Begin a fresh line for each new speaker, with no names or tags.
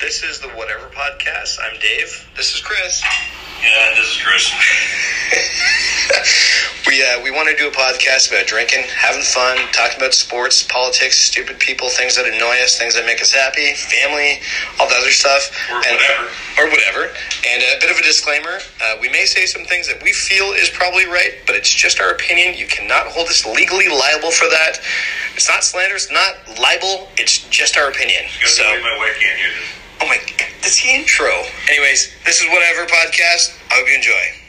This is the Whatever Podcast. I'm Dave. This is Chris.
Yeah, this is Chris.
we uh, we want to do a podcast about drinking, having fun, talking about sports, politics, stupid people, things that annoy us, things that make us happy, family, all the other stuff,
Or whatever.
or whatever. And a bit of a disclaimer: uh, we may say some things that we feel is probably right, but it's just our opinion. You cannot hold us legally liable for that. It's not slander. It's not libel. It's just our opinion.
Because
So.
my wife can't hear this.
Oh my, that's the intro. Anyways, this is Whatever Podcast. I hope you enjoy.